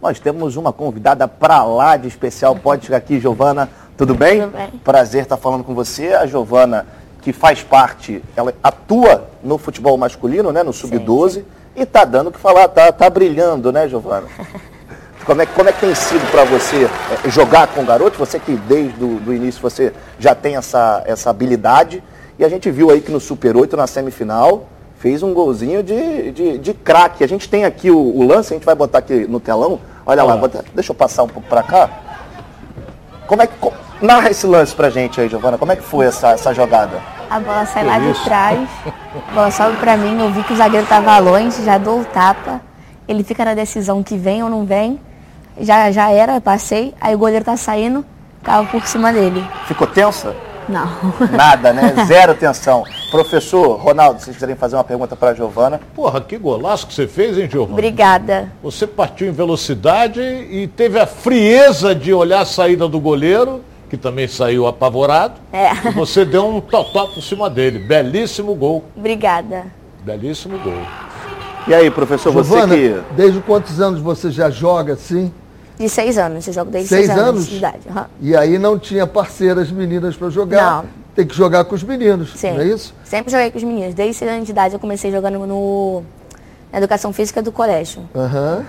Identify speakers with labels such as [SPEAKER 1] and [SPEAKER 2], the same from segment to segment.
[SPEAKER 1] nós temos uma convidada para lá de especial. Pode chegar aqui, Giovana. Tudo bem?
[SPEAKER 2] Tudo bem.
[SPEAKER 1] Prazer estar falando com você. A Giovana, que faz parte, ela atua no futebol masculino, né? No Sub-12. E tá dando o que falar, tá, tá brilhando, né, Giovana? Como é, como é que tem sido para você eh, jogar com o garoto? Você que desde o do início você já tem essa, essa habilidade. E a gente viu aí que no Super 8, na semifinal, fez um golzinho de, de, de craque. A gente tem aqui o, o lance, a gente vai botar aqui no telão. Olha lá,
[SPEAKER 3] Olha lá.
[SPEAKER 1] bota- deixa eu passar um pouco para cá. Como é que. co- narra esse lance pra gente aí, Giovana. Como é que foi essa, essa jogada?
[SPEAKER 2] A bola sai lá
[SPEAKER 3] isso?
[SPEAKER 2] de trás, a bola sobe pra mim, eu vi que o zagueiro tava longe, já dou o tapa. Ele fica na decisão que vem ou não vem. Já, já era, passei. Aí o goleiro tá saindo, carro por cima dele.
[SPEAKER 1] Ficou tensa?
[SPEAKER 2] Não.
[SPEAKER 1] Nada, né? Zero tensão. Professor Ronaldo, se vocês quiserem fazer uma pergunta para Giovana.
[SPEAKER 3] Porra, que golaço que você fez, hein, Giovanni?
[SPEAKER 2] Obrigada.
[SPEAKER 3] Você partiu em velocidade e teve a frieza de olhar a saída do goleiro, que também saiu apavorado.
[SPEAKER 2] É.
[SPEAKER 3] E você deu um totó por cima dele. Belíssimo gol.
[SPEAKER 2] Obrigada.
[SPEAKER 3] Belíssimo gol.
[SPEAKER 1] E aí, professor,
[SPEAKER 4] Giovana,
[SPEAKER 1] você que.
[SPEAKER 4] desde quantos anos você já joga assim?
[SPEAKER 2] De seis anos, eu jogo desde
[SPEAKER 4] Seis
[SPEAKER 2] seis, anos,
[SPEAKER 4] anos?
[SPEAKER 2] de idade. aham.
[SPEAKER 4] E aí não tinha parceiras meninas para jogar.
[SPEAKER 2] Não.
[SPEAKER 4] Tem que jogar com os meninos,
[SPEAKER 2] Sim.
[SPEAKER 4] não é isso?
[SPEAKER 2] Sempre joguei com os meninos. Desde seis anos de idade eu comecei jogando no, na educação física do colégio.
[SPEAKER 4] Aham,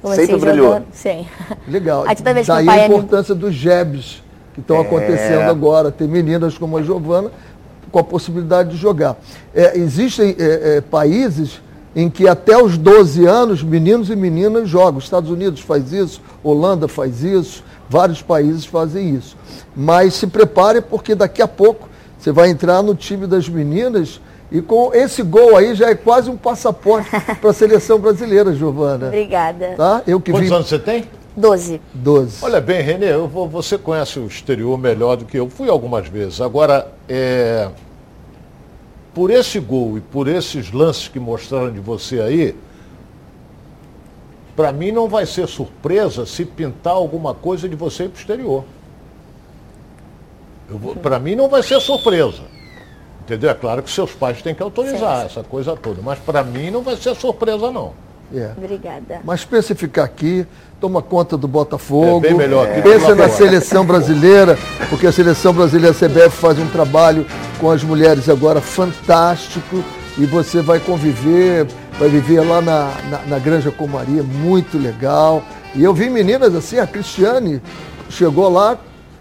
[SPEAKER 2] Comecei
[SPEAKER 1] Sempre brilhou.
[SPEAKER 2] Sim.
[SPEAKER 4] legal.
[SPEAKER 2] Aí toda vez que
[SPEAKER 4] Daí
[SPEAKER 2] meu pai é ia
[SPEAKER 4] a
[SPEAKER 2] me-
[SPEAKER 4] importância dos jebs
[SPEAKER 3] É.
[SPEAKER 4] que estão acontecendo agora. Tem meninas como a Giovana com a possibilidade de jogar. É, existem é, é, países em que até os 12 anos, meninos e meninas jogam. Os Estados Unidos faz isso, Holanda faz isso, vários países fazem isso. Mas se prepare porque daqui a pouco você vai entrar no time das meninas e com esse gol aí já é quase um passaporte para a seleção brasileira, Giovana.
[SPEAKER 2] Obrigada.
[SPEAKER 4] Tá? Eu que
[SPEAKER 3] Quantos
[SPEAKER 4] vim
[SPEAKER 3] anos você tem?
[SPEAKER 2] Doze.
[SPEAKER 4] 12.
[SPEAKER 3] Olha bem, Renê, eu vou- você conhece o exterior melhor do que eu. Fui algumas vezes. Agora, é, por esse gol e por esses lances que mostraram de você aí, para mim não vai ser surpresa se pintar alguma coisa de você para o exterior. Para mim não vai ser surpresa. Entendeu? É claro que seus pais têm que autorizar
[SPEAKER 2] Sim,
[SPEAKER 3] essa coisa toda. Mas para mim não vai ser surpresa, não.
[SPEAKER 4] É.
[SPEAKER 2] Obrigada.
[SPEAKER 4] Mas pensa em ficar aqui, toma conta do Botafogo.
[SPEAKER 3] É bem melhor aqui do que
[SPEAKER 4] Pensa
[SPEAKER 3] lá fora.
[SPEAKER 4] na seleção brasileira, porque a seleção brasileira, a CBF, faz um trabalho com as mulheres agora fantástico. E você vai conviver, vai viver lá na, na, na Granja Comaria, muito legal. E eu vi meninas assim, a Cristiane chegou lá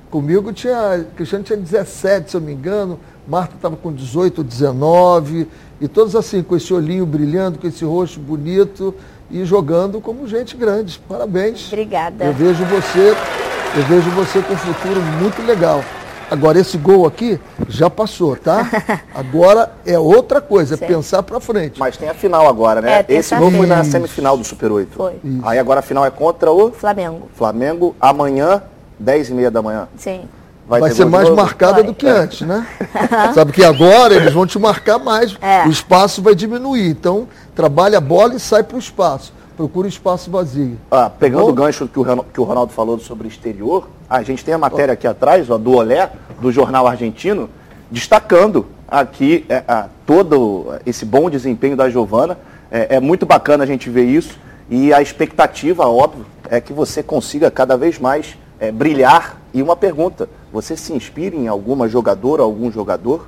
[SPEAKER 4] comigo, tinha, a Cristiane tinha 17, se eu não me engano, Marta estava com 18, 19, e todos assim, com esse olhinho brilhando, com esse rosto bonito e jogando como gente grande. Parabéns.
[SPEAKER 2] Obrigada.
[SPEAKER 4] Eu vejo você, eu vejo você com um futuro muito legal. Agora esse gol aqui já passou, tá? Agora é outra coisa, é
[SPEAKER 2] Certo.
[SPEAKER 4] pensar pra frente.
[SPEAKER 1] Mas tem a final agora, né?
[SPEAKER 2] É,
[SPEAKER 1] Esse gol foi na
[SPEAKER 4] terça-feira.
[SPEAKER 1] semifinal do Super 8.
[SPEAKER 2] Foi. Isso.
[SPEAKER 1] Aí agora a final é contra o
[SPEAKER 2] Flamengo.
[SPEAKER 1] Flamengo amanhã, 10h30 da manhã.
[SPEAKER 2] Sim.
[SPEAKER 4] Vai,
[SPEAKER 1] ter
[SPEAKER 4] ser
[SPEAKER 1] gol de
[SPEAKER 4] mais
[SPEAKER 1] novo?
[SPEAKER 4] marcada
[SPEAKER 2] Vai.
[SPEAKER 4] do que antes, né? Sabe que agora eles vão te marcar mais,
[SPEAKER 2] É.
[SPEAKER 4] o espaço vai diminuir. Então, trabalha a bola e sai pro espaço. Procura o espaço vazio.
[SPEAKER 1] Ah, pegando
[SPEAKER 4] Gol.
[SPEAKER 1] o gancho que o, Ron- que o Ronaldo falou sobre o exterior, a gente tem a matéria aqui atrás, ó, do Olé, do jornal argentino, destacando aqui é, a- todo esse bom desempenho da Giovana. É, é muito bacana a gente ver isso e a expectativa, óbvio, é que você consiga cada vez mais é, brilhar. E uma pergunta, você se inspira em alguma jogadora, algum jogador?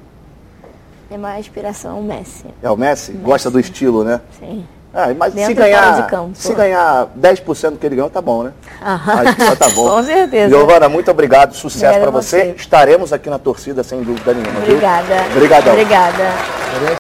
[SPEAKER 2] É uma inspiração, o Messi.
[SPEAKER 1] É o Messi? Gosta do estilo, né?
[SPEAKER 2] Sim.
[SPEAKER 1] Ah, mas se
[SPEAKER 2] Dentro e fora
[SPEAKER 1] ganhar,
[SPEAKER 2] de campo.
[SPEAKER 1] se ganhar 10% que ele ganhou, tá bom, né?
[SPEAKER 2] Aham.
[SPEAKER 1] Acho que já tá bom.
[SPEAKER 2] Com certeza.
[SPEAKER 1] Giovana, muito obrigado. Sucesso
[SPEAKER 2] Obrigada
[SPEAKER 1] pra
[SPEAKER 2] a
[SPEAKER 1] você.
[SPEAKER 2] você.
[SPEAKER 1] Estaremos aqui na torcida, sem dúvida nenhuma. viu?
[SPEAKER 2] Obrigada.
[SPEAKER 1] Obrigadão.
[SPEAKER 2] Obrigada.
[SPEAKER 4] Parece